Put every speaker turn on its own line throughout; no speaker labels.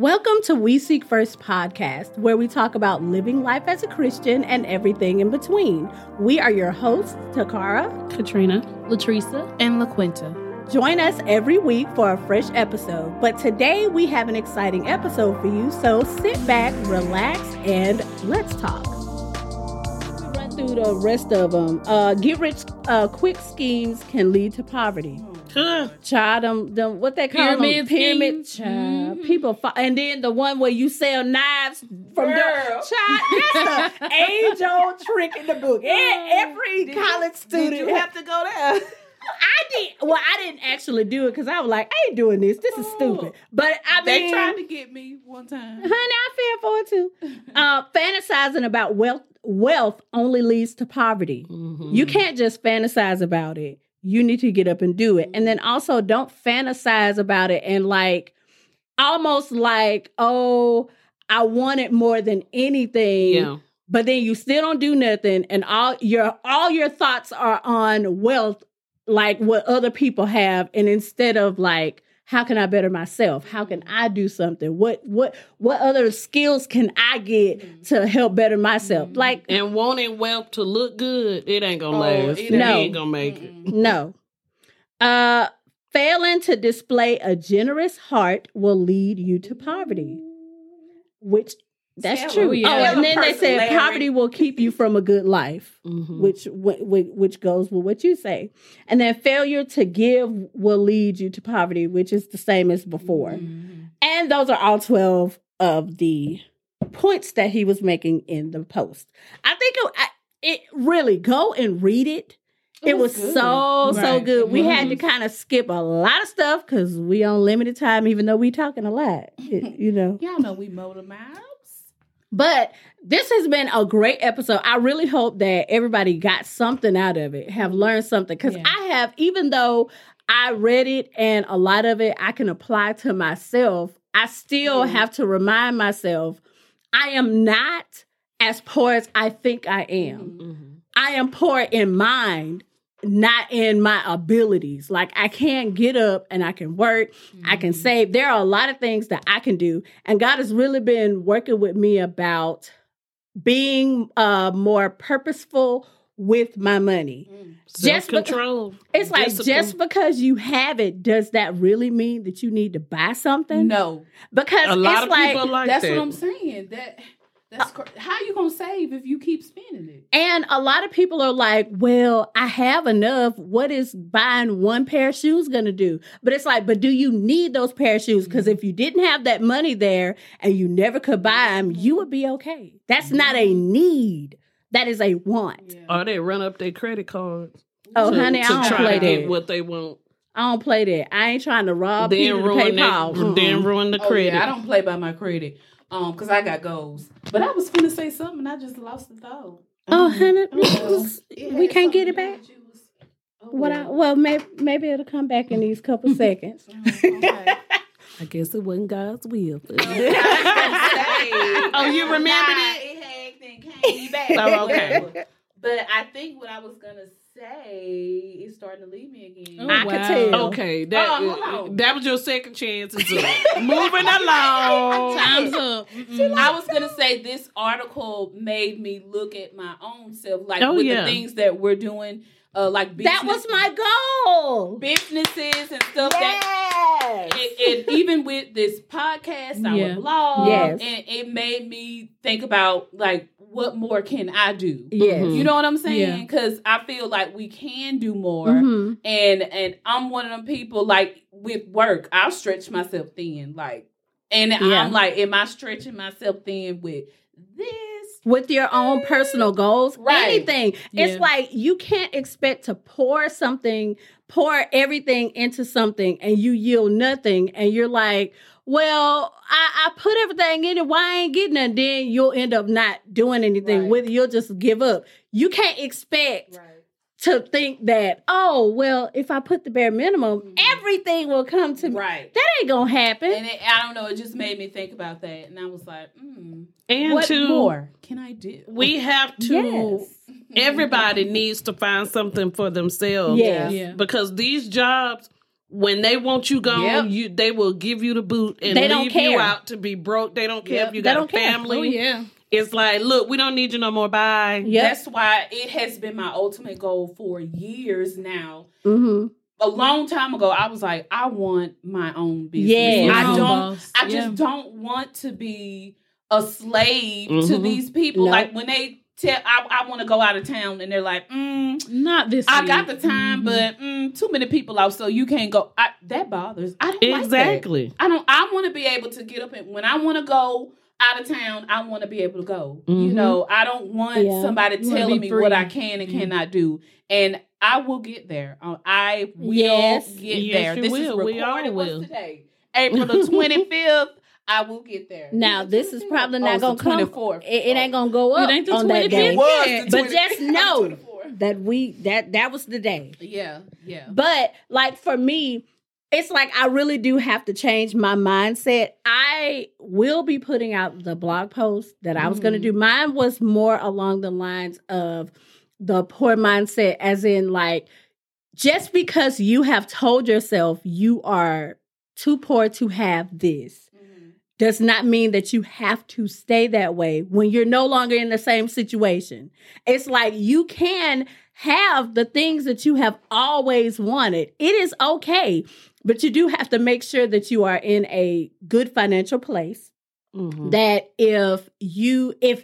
Welcome to We Seek First podcast, where we talk about living life as a Christian and everything in between. We are your hosts, Takara.
Katrina, Latresa,
and LaQuinta.
Join us every week for a fresh episode. But today we have an exciting episode for you, so sit back, relax, and let's talk. We run through the rest of them. Uh, get rich uh, quick schemes can lead to poverty. Child, them, them, what they call them,
Pyramid
pyramid.
schemes.
Child, people, fi- and then the one where you sell knives from the
Girl.
child. That's the age old trick in the book. E- Every college student,
Did you have to go there?
I did. Well, I didn't actually do it because I was like, I ain't doing this. This is stupid. But I
Oh. They
mean,
tried to get me one time.
honey, I fell for it too. Uh, fantasizing about wealth wealth only leads to poverty. You can't just fantasize about it. You need to get up and do it. And then also don't fantasize about it and like almost like, oh, I want it more than anything.
Yeah.
But then you still don't do nothing and all your all your thoughts are on wealth like what other people have and instead of like how can I better myself? How can I do something? What what what other skills can I
Mm-hmm.
get to help better myself? Like
And wanting wealth to look good, it ain't gonna
Oh,
last.
it
It
ain't.
ain't gonna make it.
Mm-mm.
No. Uh, failing to display a generous heart will lead you to poverty, which that's
Tell-
true.
oh, yeah.
Oh,
Tell
and
a
then they
person,
said
Larry.
poverty will keep you from a good life,
Mm-hmm.
Mhm.
which which which which goes with what you say. And then failure to give will lead you to poverty, which is the same as before.
Mhm.
And those are all 12 of the points that he was making in the post. I think it, I- it really go and read it. It,
It
was,
was good.
so, so
Right.
good. We
It
had to
was.
kind of skip a lot of stuff because we on limited time, even though we talking a lot, it- you know.
Y'all know we mow the miles.
But this has been a great episode. I really hope that everybody got something out of it, have learned something. Because
Yeah.
I have, even though I read it and a lot of it I can apply to myself, I still
Mhm.
have to remind myself I am not as poor as I think I am.
Mhm.
I am poor in mind, not in my abilities. Like I can get up and I can work, I
Mm-hmm.
can save. There are a lot of things that I can do. And God has really been working with me about being uh more purposeful with my money.
Mm-hmm.
Just beca-
Self-control.
It's like
Discipline.
just because you have it, does that really mean that you need to buy something?
No,
Because
a lot
it's
of
like
people are like
that's
that.
what I'm saying. That that's cr- how you gonna save if you keep spending it.
And a lot of people are like, well, I have enough. What is buying one pair of shoes going to do? But it's like, but do you need those pair of shoes? Because if you didn't have that money there and you never could buy them, you would be okay. That's not a need. That is a want.
Or they run up their credit cards
Oh,
to,
honey, I
to
don't
try
play
to get
that.
what they want.
I don't play that. I ain't trying to rob
then
Peter to pay
ruin
Paul.
that, then
Mm-mm.
ruin the
Oh,
credit.
yeah, I don't play by my credit. Um, cause I got goals. But I was finna say something. and I just lost the thought.
Oh, honey,
Oh, it
we
had
can't get it
something
back.
to do with you. Oh,
What I,
well.
well, maybe, maybe it'll come back in these couple seconds.
Mm-hmm. Okay.
I guess it wasn't God's will.
oh,
you remembered it?
It hacked and came back.
Oh, okay.
Whatever. But I think what I was gonna say is starting to leave me again.
Oh, I could tell.
Okay, that uh,
Oh, hold on.
that was your second chance. It's up. Moving along.
Time's
up.
I was gonna say this article made me look at my own self, like
Oh,
with
yeah.
the things that we're doing, uh, like business,
That was my goal.
businesses and stuff that
Yes.
and, and even with this podcast, our
Yeah.
blog,
Yes.
and it made me think about like what more can I do?
Yes.
Mhm.
You know what I'm saying?
Yeah.
Because I feel like we can do more,
Mhm.
and and I'm one of them people like with work, I'll stretch myself thin, like, and
Yeah.
I'm like, am I stretching myself thin with this?
With your own personal goals,
Right.
anything.
Yeah.
It's like you can't expect to pour something, pour everything into something, and you yield nothing. And you're like, well, I, I put everything in it. Why I ain't getting nothing? Then you'll end up not doing anything
Right.
with it. You'll just give up. You can't expect to think that, oh, well, if I put the bare minimum,
Mhm.
everything will come to me.
Right.
That ain't gonna happen.
And it, I don't know. It just made me think about that, and I was like, mm,
And
what
to
more can I do? Mm-hmm.
we have to.
Yes.
Everybody needs to find something for themselves
Yes.
because these jobs When they want you gone,
Yep.
you they will give you the boot and
They
leave
don't
you
care.
out to be broke. They don't care
Yep,
if you
they
got a
don't care.
family.
Oh yeah.
It's like, look, we don't need you no more. Bye.
Yes.
That's why it has been my ultimate goal for years now.
Mm-hmm.
A long time ago, I was like, I want my own business.
Yes.
I
Your
don't
own boss.
I
Yeah.
just don't want to be a slave to
Mm-hmm.
Mhm.
these people.
No.
Like when they tell I, I want to go out of town and they're like, mm,
not this.
I got the
week.
time,
Mhm.
but mm, too many people out, so you can't go. I, that bothers. I don't like that.
Exactly.
I don't. I want to be able to get up and when I want to go out of town, I want to be able to go.
Mhm.
You know, I don't want
Mm-hmm. Yeah.
somebody
You wanna
telling
be
me what
free.
I can and
Mm-hmm.
Mhm.
cannot do, and I will get there. Uh, I will
Yes.
get
Yes,
there.
you
This is
will.
recorded.
We all
What's
will.
today? April the twenty fifth. I will get there. Oh,
Now, this is probably not gonna come-
Twenty fourth.
It, it ain't gonna go up
It ain't the
on that
25th.
day.
What?
But just know. That we that that was the day.
Yeah, yeah.
But like for me, it's like I really do have to change my mindset. I will be putting out the blog post that I was going to
Mhm.
do. Mine was more along the lines of the poor mindset, as in like just because you have told yourself you are too poor to have this
Mhm.
does not mean that you have to stay that way when you're no longer in the same situation. It's like you can have the things that you have always wanted. It is okay, but you do have to make sure that you are in a good financial place.
Mhm.
That if you, if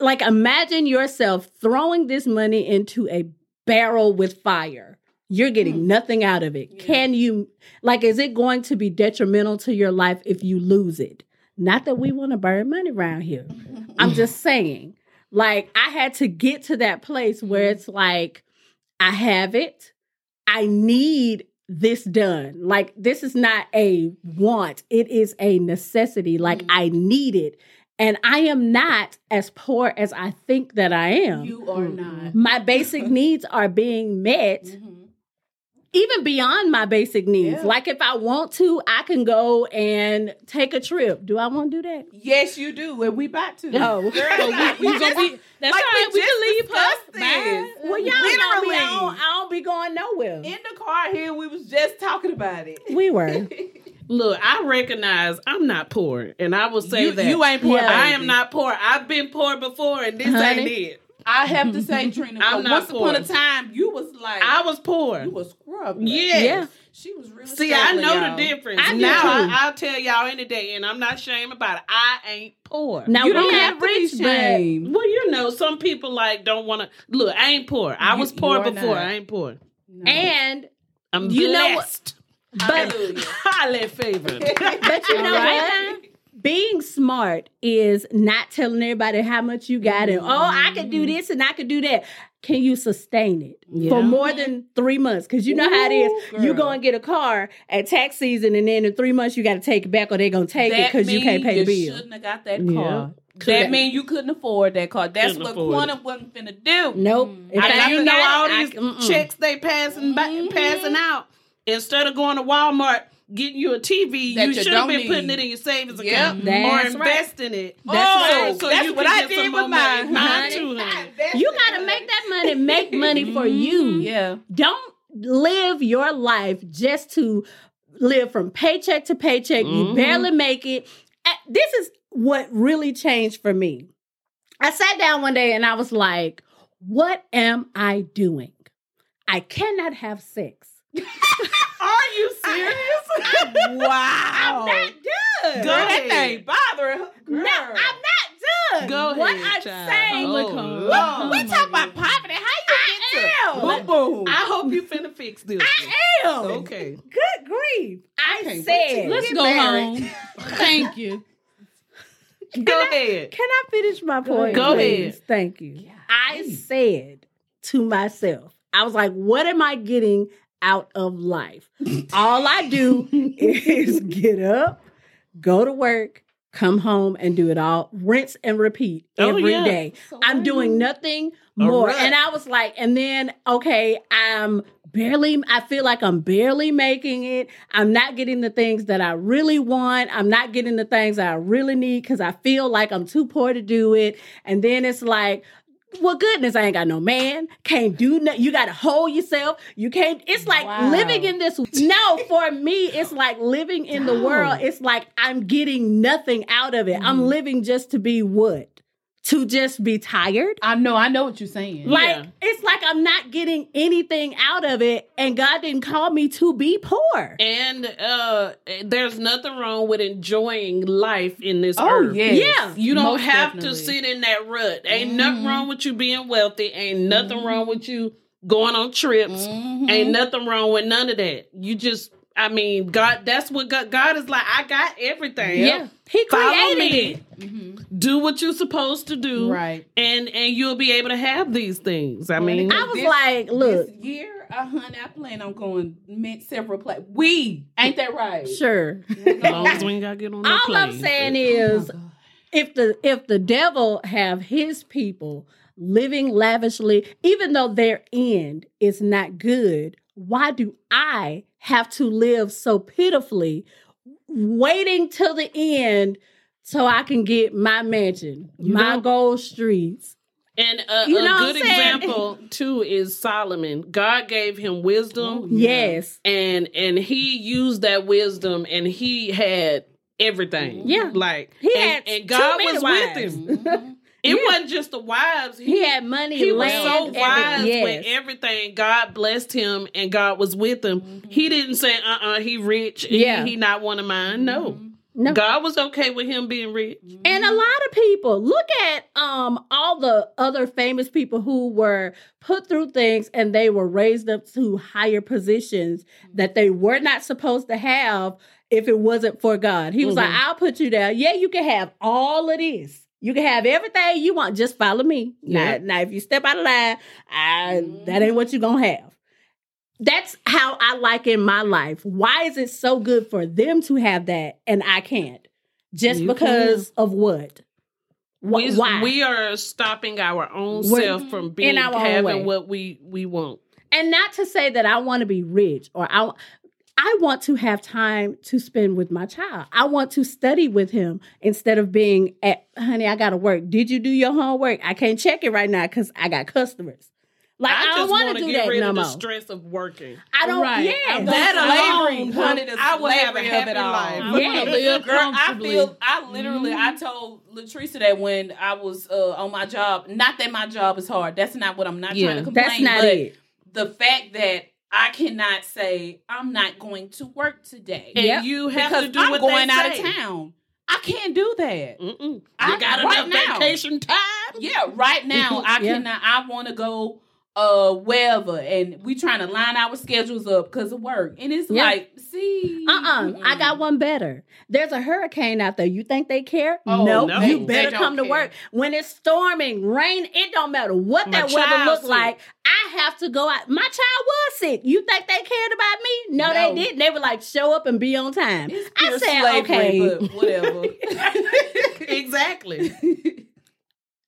like imagine yourself throwing this money into a barrel with fire. You're getting nothing out of it.
Yeah.
Can you like is it going to be detrimental to your life if you lose it? Not that we want to burn money around here. I'm just saying. Like I had to get to that place where it's like I have it. I need this done. Like this is not a want. It is a necessity. Like
Mhm.
I need it. And I am not as poor as I think that I am.
You are
Mm-hmm.
not.
my basic needs are being met
Mhm.
even beyond my basic needs.
Yeah.
Like if I want to, I can go and take a trip. Do I want to do that?
Yes, you do, and we about to.
No.
Girl, we, we,
So
just-
we, that's
Like,
all right.
we
We
just
can leave
discussed
her. Bye.
this.
Well, y'all know me.
Literally.
I don't, I don't be going nowhere.
in the car here, we was just talking about it.
we were.
Look, I recognize I'm not poor, and I will say
you,
that
you ain't poor.
Yeah.
I
baby.
am not poor. I've been poor before, and this
Honey.
ain't it.
I have to say, Trina,
I'm not
once upon
poor.
a time, you was like,
I was poor.
you was scrub.
Yeah.
Yeah.
She was really
See, I know
y'all.
the difference.
I do
now
too.
I, I'll tell y'all any day, and I'm not ashamed about it. I ain't poor.
Now
You
we
don't
have
have to be
rich, but
shamed.
well, you know, some people like don't want to look. I ain't poor. I
You-
was
you
poor
are
before.
not.
I ain't poor.
No.
and
I'm
You know what-
blessed,
but
Hallelujah.
highly favored.
but you know
Right.
what? Being smart is not telling everybody how much you got and oh, I could
Mm-hmm.
do this and I could do that. Can you sustain it
Yeah.
for more than three months? Because you know how it is.
Ooh,
You
girl.
go and get a car at tax season, and then in three months you got to take it back, or they're gonna take it
That
because you
mean
can't pay the
You
bill.
shouldn't have got that
Yeah.
car. That
Couldn't.
mean you couldn't afford that car. That's
Couldn't
what
afford
Quantum wasn't finna do.
Nope. If
I,
ain't
you know all
got it,
these
I- mm-mm. Mm-hmm.
checks they passing back,
Mhm.
passing out. Instead of going to Walmart getting you a TV,
That
you
you
should
don't
have been putting
need.
it in your savings
Yep.
account
That's
or
right.
invest in it.
That's
oh,
right.
so
That's
you
what
can
I
get
did
some
with
more money.
mine,
Mine
honey.
too, honey.
You gotta make that money. Make money for
Mhm.
you.
Yeah.
Don't live your life just to live from paycheck to paycheck. You
Mhm.
barely make it. Uh, This is what really changed for me. I sat down one day and I was like, what am I doing? I cannot have sex.
Are you serious?
wow.
I'm not done.
Oh. Go
Girl, that
ahead.
thing bothering her. Girl.
No, I'm not done.
Go
what
ahead, child.
I'm saying.
Oh,
Look,
Lord.
oh
we
my
talk about
goodness.
poverty. How you get
I
to
am.
boom boom?
I hope you finna fix this.
I am.
Okay.
Good grief. I
can't wait
said,
to
Let's
Get
go
married.
home. Thank you.
Go ahead.
Can I finish my point?
Go
please?
ahead.
Thank you. I said to myself, I was like, what am I getting out of life? All I do is get up, go to work, come home, and do it all, rinse and repeat
Oh,
every
yeah.
day. I'm doing nothing
A
more.
rut.
And I was like, and then, okay, I'm barely, I feel like I'm barely making it. I'm not getting the things that I really want. I'm not getting the things that I really need because I feel like I'm too poor to do it. And then it's like, well, goodness, I ain't got no man. Can't do nothing. You got to hold yourself. You can't. It's like
Wow.
living in this. No, for me, it's like living in the world. It's like I'm getting nothing out of it. I'm living just to be what? To just be tired?
I know, I know what you're saying.
Like,
Yeah.
it's like I'm not getting anything out of it. And God didn't call me to be poor.
And uh, there's nothing wrong with enjoying life in this
oh
earth.
yeah,
Yeah.
You don't
Most
have to
definitely.
sit in that rut. Ain't nothing
Mhm.
wrong with you being wealthy. Ain't nothing wrong with you going on trips.
Mhm.
Ain't nothing wrong with none of that. You just, I mean, God, that's what God, God is like. I got everything.
Yeah. He
Follow
created
me. Mm-hmm.
it.
Mhm.
Do what you're supposed to do.
right.
And and you'll be able to have these things. I mean,
I was
This-
like, look,
This year, uh, honey, I plan on going mint several places. We ain't that right?
sure.
We're
as long
going-
as we ain't got to get on no
All I'm
plane.
saying is,
Oh, God.
if the if the devil have his people living lavishly even though their end is not good why do i have to live so pitifully waiting till the end so i can get my mansion
You
my
don't-
gold streets
And a,
You
a
know what
good
I'm saying?
example too is Solomon. God gave him wisdom,
Oh,
Yeah.
yes
and and he used that wisdom, and he had everything.
Yeah.
like
He
and,
had
and
too
God
many
was with
wives.
him.
Mhm.
It wasn't just the wives.
he had money
he was
land,
so
every-
wise
yes.
with everything. God blessed him, and God was with him. He didn't say, "Uh, uh he rich. and
Mm-hmm. Yeah. Mm-hmm.
he, he not one of mine." No,
No.
God was okay with him being rich.
And
Mm-hmm.
a lot of people look at um all the other famous people who were put through things and they were raised up to higher positions that they were not supposed to have if it wasn't for God. He was
Mhm.
like, "I'll put you down. Yeah, you can have all of this. You can have everything you want. Just follow me.
Yeah.
Now, now, if you step out of line, I, that ain't what you're gonna have." That's how I like in my life. Why is it so good for them to have that and I can't? Just
You
because of what? Wh-
we,
why?
we are stopping our own
We're-
self from being
our own way.
having what we we want.
and not to say that I want to be rich or I I want to have time to spend with my child. I want to study with him instead of being at honey, I gotta work. Did you do your homework? I can't check it right now because I got customers. Like I,
I
don't want
just want
to
to
do
get
that
rid
no
of the
more.
stress of working.
I don't uh,
Right.
yeah.
I'm
That
Slavery,
alone,
honey,
would-
the
I would have a
slavery of
happy
it all.
life.
I
wanna
live
Girl, I
comfortably.
feel
I literally, I
Mm-hmm.
told Latricia that when I was uh, on my job. Not that my job is hard. That's not what I'm not
Yeah.
trying to complain.
That's not
but
it.
The fact that I cannot say I'm not going to work today
and
Yep.
you have
because
to do
I'm
what
going
they
out
say.
of town. I can't do that.
Mm-mm. You
I-
got
right
enough
now.
vacation time.
Yeah, right now I
Yeah.
cannot. I want to go uh wherever, and we trying to line our schedules up because of work. And it's
Yeah.
like, see,
Uh-uh. I got one better. There's a hurricane out there. You think they care?
Oh,
no.
You
They
better
don't
come to
care.
work. When it's storming, rain, it don't matter what
My
that weather
child
look
sick.
like. I have to go out. My child was sick. You think they cared about me? No,
No.
they didn't. They were like, show up and be on time.
It's
I
pure
said,
slavery,
okay.
but whatever.
Exactly.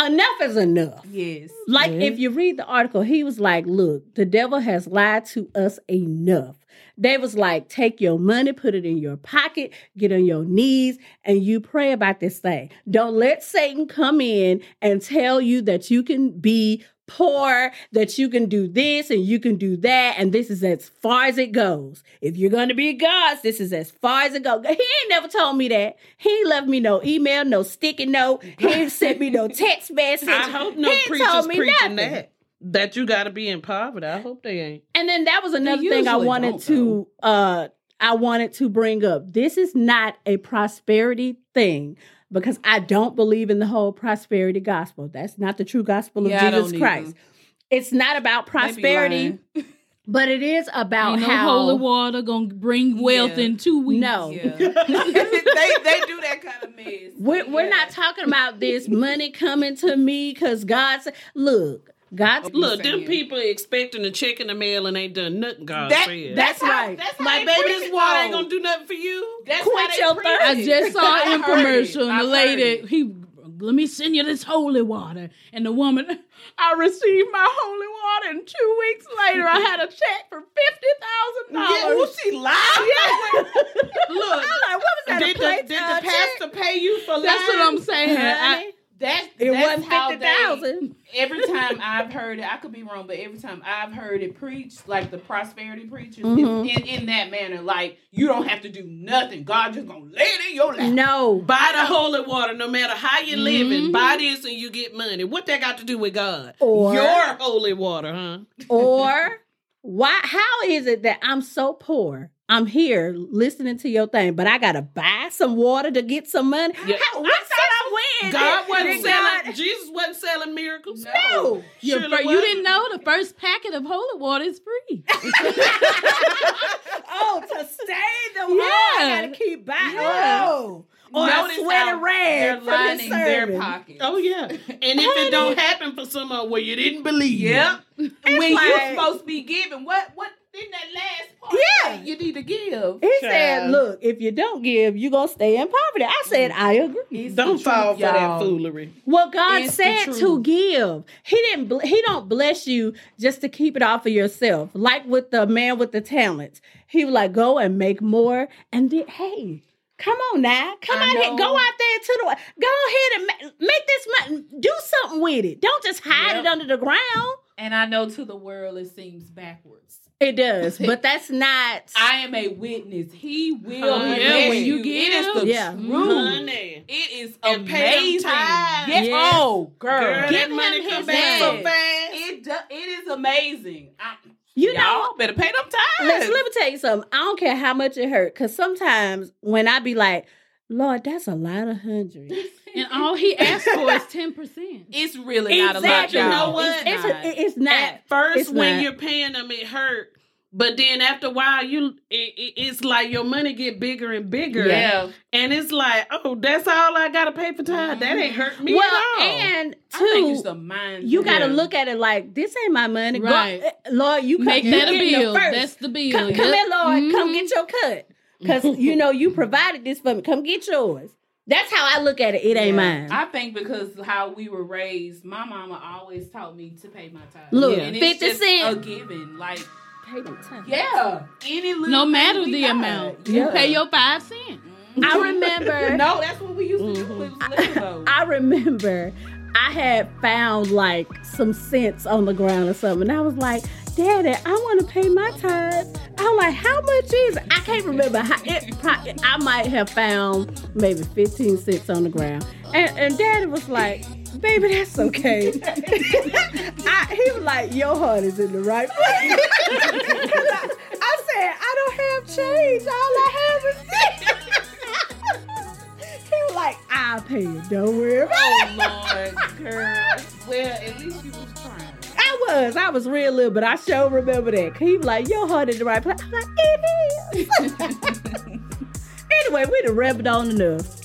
Enough is enough.
yes.
Like
Mhm.
if you read the article, he was like, "Look, the devil has lied to us enough." They was like, "Take your money, put it in your pocket, get on your knees, and you pray about this thing. Don't let Satan come in and tell you that you can be poor, that you can do this and you can do that, and this is as far as it goes. If you're gonna be God's, this is as far as it goes." He ain't never told me that. He ain't left me no email, no sticky note. He ain't sent me no text message.
I hope no
He ain't
preachers
told me
preaching
nothing.
that. That you got to be in poverty. I hope they ain't.
And then that was another
They
thing I
usually
wanted
don't,
to uh I wanted to bring up. This is not a prosperity thing because I don't believe in the whole prosperity gospel. That's not the true gospel of
Yeah, I don't
Jesus
either.
Christ. It's not about prosperity, but it is about
Ain't no
how
holy water gonna bring wealth
Yeah.
in two weeks.
No.
they, they do that kind of mess.
We're, we're not talking about this money coming to me because God said, look, God's
You
Look, them
saying.
people expecting a check in the mail and ain't done nothing. God
That-
said.
that's
how-
right.
That's how
like,
they
baby,
preach
this
it,
water ain't
though.
gonna do nothing for you.
That's
Quench
how they
your
preach
thirst.
it.
I just saw
I
an
heard it.
infomercial
I
and the
heard
lady
it.
he let me send you this holy water. And the woman, I received my holy water and two weeks later I had a check for fifty thousand dollars.
she lied. Look,
I'm like, what was that? a
did the,
plate
did the
uh, check?
pastor pay you for lying?
That's what I'm saying. I,
Honey,
That's
it
that's
wasn't
how
fifty
they-
thousand.
every time I've heard it, I could be wrong, but every time I've heard it preached, like the prosperity preachers,
Mhm.
it's in, in that manner, like you don't have to do nothing. God just gonna lay it in your lap.
No.
Buy the holy water, no matter how you're living. Buy this and you get money. What that got to do with God?
Or-
Your holy water, huh?
Or why how is it that I'm so poor? I'm here listening to your thing, but I gotta buy some water to get some money.
Yeah.
How, what I
God wasn't
Did
selling.
God-
Jesus wasn't selling miracles.
No.
Your
Surely
fir- you
wasn't.
didn't know the first packet of holy water is free.
oh, to stay the yeah. oh, I gotta keep buying.
Yeah.
Oh, or
Notice
I sweat
how
and red
They're
from this
lining their
sermon.
pockets.
Oh yeah. And if it don't happen for someone where you didn't believe,
Yep. when
like-
you're supposed to be giving, what what in that last part?
Yeah.
say you need to give.
He
Child.
said, "Look, if you don't give, you gonna stay in poverty." I said, "I agree."
It's
don't
the truth,
fall for that
y'all.
foolery.
Well, God
It's the
said to
truth.
give. He didn't. Bl- he don't bless you just to keep it all for yourself. Like with the man with the talents, he was like, "Go and make more." And then, hey, come on now, come
I
out here,
know.
go out there to the go ahead and ma- make this money. Do something with it. Don't just hide
Yep.
it under the ground.
And I know to the world it seems backwards.
It does, but that's not.
I am a witness. He will
Oh, yeah,
bless
when
you
you. It
give.
is the
Yeah.
truth.
Money.
It is
And pay them
amazing.
tithes.
Yes.
Yes.
Oh, girl.
Girl,
Give
that
him
money
his
come back so
money.
fast.
It do, it is amazing. I,
you
y'all
know,
better pay them
Let's,
tithes.
let me tell you something. I don't care how much it hurt, because sometimes when I be like, Lord, that's a lot of hundreds.
and all he asked for is ten percent.
It's really not a lot,
Exactly.
y'all.
You know what?
It's,
not.
it- it's not.
At first,
It's
when
not.
you're paying them, it hurt. But then after a while, you it, it- it's like your money get bigger and bigger,
yeah.
and it's like, oh, that's all I gotta pay for time. That ain't hurt me
Mm-hmm. well,
at all.
and
I think it's
two,
the mind.
you got to
Yeah.
look at it like this ain't my money. Go-
Right.
eh, Lord, you come,
Make
you
that a
getting the
bill.
first.
That's the bill.
come, come
Yep.
here, Lord. Come
Mhm.
get your cut, because you know you provided this for me. Come get yours. That's how I look at it. It ain't mine.
I think because how we were raised, my mama always taught me to pay my tithes.
Look,
And it's
50
just
cent.
a given. Like,
Pay them time.
yeah, any little
No
thing
matter
we
the
got.
amount,
Yeah.
you pay your five cents.
I remember.
No, that's what we used to
Mm-hmm.
do. It was little though.
I remember I had found like some cents on the ground or something. And I was like, Daddy, I want to pay my tithes. I'm like, how much is it? I can't remember. How, it pro- I might have found maybe 15 cents on the ground. And, and Daddy was like, Baby, that's okay. I, he was like, Your heart is in the right place. I, I said, I don't have change. All I have is this. he was like, I'll pay you. Don't worry about it.
Lord, girl. Well, at least you was trying.
I was. I was real little, but I sure remember that. 'Cause he was like, your heart in the right place. I'm like, it is. anyway, we done rambled on enough.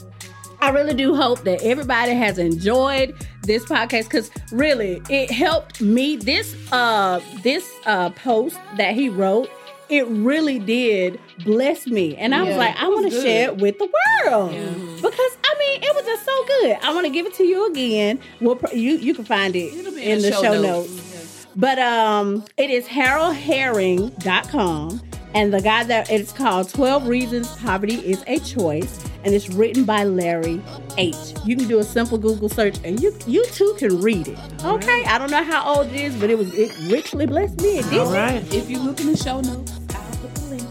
I really do hope that everybody has enjoyed this podcast because really it helped me. This uh this uh post that he wrote, it really did bless me. And I was
Yeah,
like, I
it was
want to
good.
share it with the world.
Yeah.
Because I mean, it was just so good. I want to give it to you again. We'll pr- you you can find it
It'll be
in, the, show, notes.
Yes.
But um, it is haroldherring.com. And the guy that it's called 12 Reasons Poverty is a Choice. And it's written by Larry H. You can do a simple Google search and you you too can read it. Okay. I don't know how old it is, but it was it richly blessed me. It did.
right.
If you look in the show notes, I'll put the link.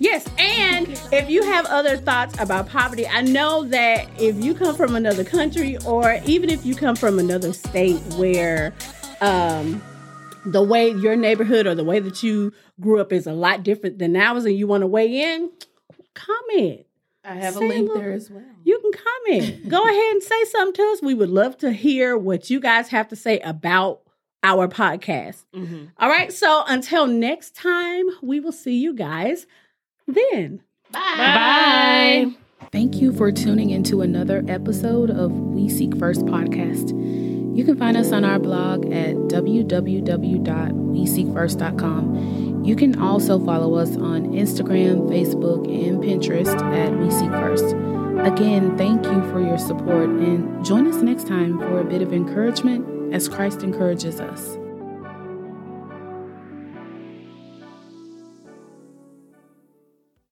Yes, and if you have other thoughts about poverty, I know that if you come from another country or even if you come from another state where um, the way your neighborhood or the way that you grew up is a lot different than ours and you want to weigh in, comment.
I have
Say
a link
look.
there as well.
You can comment. Go ahead and say something to us. We would love to hear what you guys have to say about our podcast.
Mm-hmm.
Mhm.
All right, so until next time, we will see you guys then.
Bye.
Thank you for tuning into another episode of We Seek First podcast. You can find us on our blog at www.weseekfirst.com. You can also follow us on Instagram, Facebook, and Pinterest at We Seek First. Again, thank you for your support and join us next time for a bit of encouragement as Christ encourages us.